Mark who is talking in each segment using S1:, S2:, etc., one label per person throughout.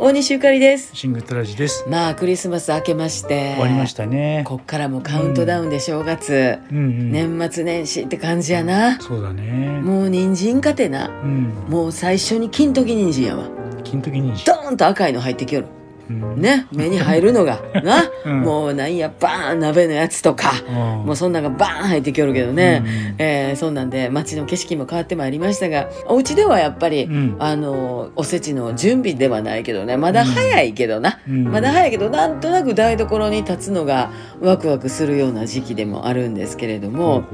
S1: 大西ゆかりです
S2: シングトラジです。
S1: まあクリスマス明けまして
S2: 終わりましたね。
S1: こっからもカウントダウンで正月、
S2: うんうん。
S1: 年末年始って感じやな、
S2: そうだね。
S1: もう人参かてな
S2: うん。
S1: もう最初に金時人参やわ
S2: 金時に
S1: ドーンと赤いの入ってきよる
S2: うん。
S1: ね目に入るの がな、
S2: うん
S1: もうなんやバーン鍋のやつとか
S2: ああ
S1: もうそんなんがバーン入ってきよるけどね、えーそんなんで街の景色も変わってまいりましたがお家ではやっぱり、
S2: うん
S1: あのおせちの準備ではないけどねまだ早いけどな、
S2: うん
S1: まだ早いけどなんとなく台所に立つのがワクワクするような時期でもあるんですけれども、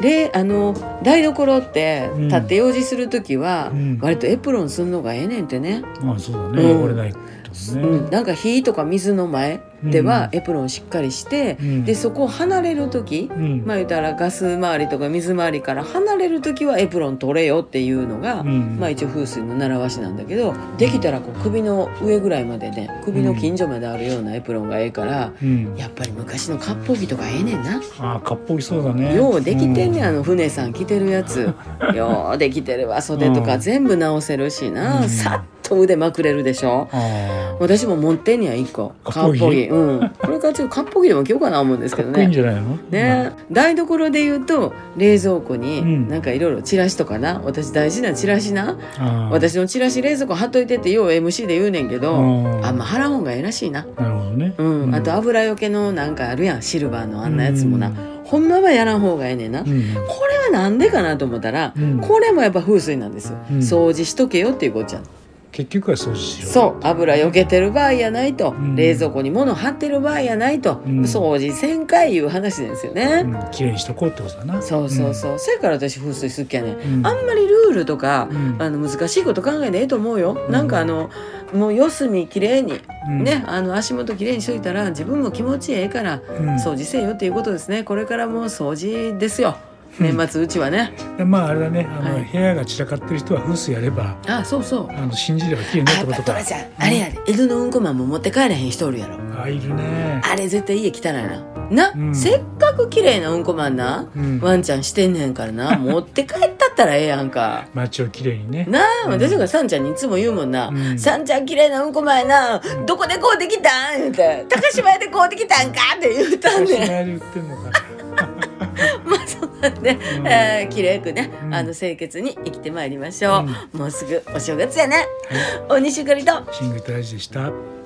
S1: であの台所って
S2: うん
S1: 立って用事する時は、
S2: うん
S1: 割とエプロンすんのがええねんってね、
S2: まあそうだね。
S1: うん
S2: 折れないと
S1: うん
S2: ね。
S1: なんか火とか水の前では
S2: う
S1: エプロンしっかりして、
S2: うん
S1: でそこを離れる時、
S2: うん。
S1: まあ言ったらガス周りとか水回りから離れる時はエプロン取れよっていうのが、
S2: うん
S1: まあ一応風水の習わしなんだけどできたらこう首の上ぐらいまでね首の近所まであるようなエプロンがええから、
S2: うん。
S1: やっぱり昔の割烹着とかええねんな。
S2: ああ、かっぽいそうだね。
S1: ようできてんねんあ
S2: うん
S1: の船さん着てるや つようできてるわ袖と
S2: う
S1: か
S2: ん
S1: 全部直せるしな、
S2: うん
S1: さっと腕まくれるでしょ
S2: ああ。
S1: 私も持ってんねや一個
S2: 割烹着
S1: 割烹着うんこれからちょっと割烹着でも着ようかな思うんですけ
S2: か
S1: ど
S2: っこいいん
S1: ね
S2: じゃないの
S1: ね、台所で言うと冷蔵庫
S2: う
S1: に
S2: ん
S1: なんかいろいろチラシとかな私大事なチラシな、
S2: ああ。
S1: 私のチラシ冷蔵庫貼っといてってよう MC で言うねんけ
S2: あ
S1: ど、
S2: あ。
S1: あんま払う方がええらしいな、
S2: なるほどね。
S1: うんあと
S2: あ
S1: 油よけのなんかあるやんシルバーのあんなやつもな、ほんまはやらん方がええねんな、
S2: う
S1: こ
S2: ん。
S1: れはなんでかなと思ったら、
S2: うん
S1: これもやっぱ風水なんですよ、
S2: うん
S1: 掃除しとけよっていうこっちゃん
S2: 結局は掃除しろ。
S1: そう油よけてる場合やないと、
S2: うん
S1: 冷蔵庫に物貼ってる場合やないと、
S2: うん
S1: 掃除せんかいいう話ですよね、
S2: うん。綺麗にしとこうってことだな。
S1: そうそうそう、そやから私風水好きやね、
S2: うん
S1: あんまりルールとか、
S2: うん
S1: あの難しいこと考えてええと思うよ、
S2: うん
S1: なんかあのもう四隅きれいに、
S2: うん
S1: ねあの足元きれいにしといたら自分も気持ちええから、
S2: うん
S1: 掃除せよっていうことですねこれからもう掃除ですよ年末うちはね
S2: でまああれだねあの、
S1: はい
S2: 部屋が散らかってる人は風水やれば
S1: あそうそう
S2: あの信じれば綺麗に
S1: あ
S2: なる
S1: や
S2: っ
S1: ってぱ
S2: こ
S1: ト
S2: とか
S1: ラちゃんあれやで犬のうんこマンも持って帰れへん人おるやろ
S2: あいるね
S1: あれ絶対家汚いなな、
S2: うん
S1: せっかく綺麗なうんこマンな、
S2: うん
S1: ワンちゃんしてんねんからな持って帰ったったらええやんか
S2: 街を綺麗にね
S1: なあ、
S2: うん
S1: 私がさんちゃんにいつも言うもんな「
S2: うん
S1: さんちゃん綺麗なうんこ前な、どこでこうできたん?」言うて「高島屋でこうできたんか?」って言うたん
S2: おしま
S1: ね
S2: いで売ってんのか
S1: まあそうなんで、
S2: うん
S1: えー綺麗くね、
S2: うん
S1: あの清潔に生きてまいりましょう、もうすぐお正月やね、大西ゆかりと
S2: シングルトラジでした
S3: 「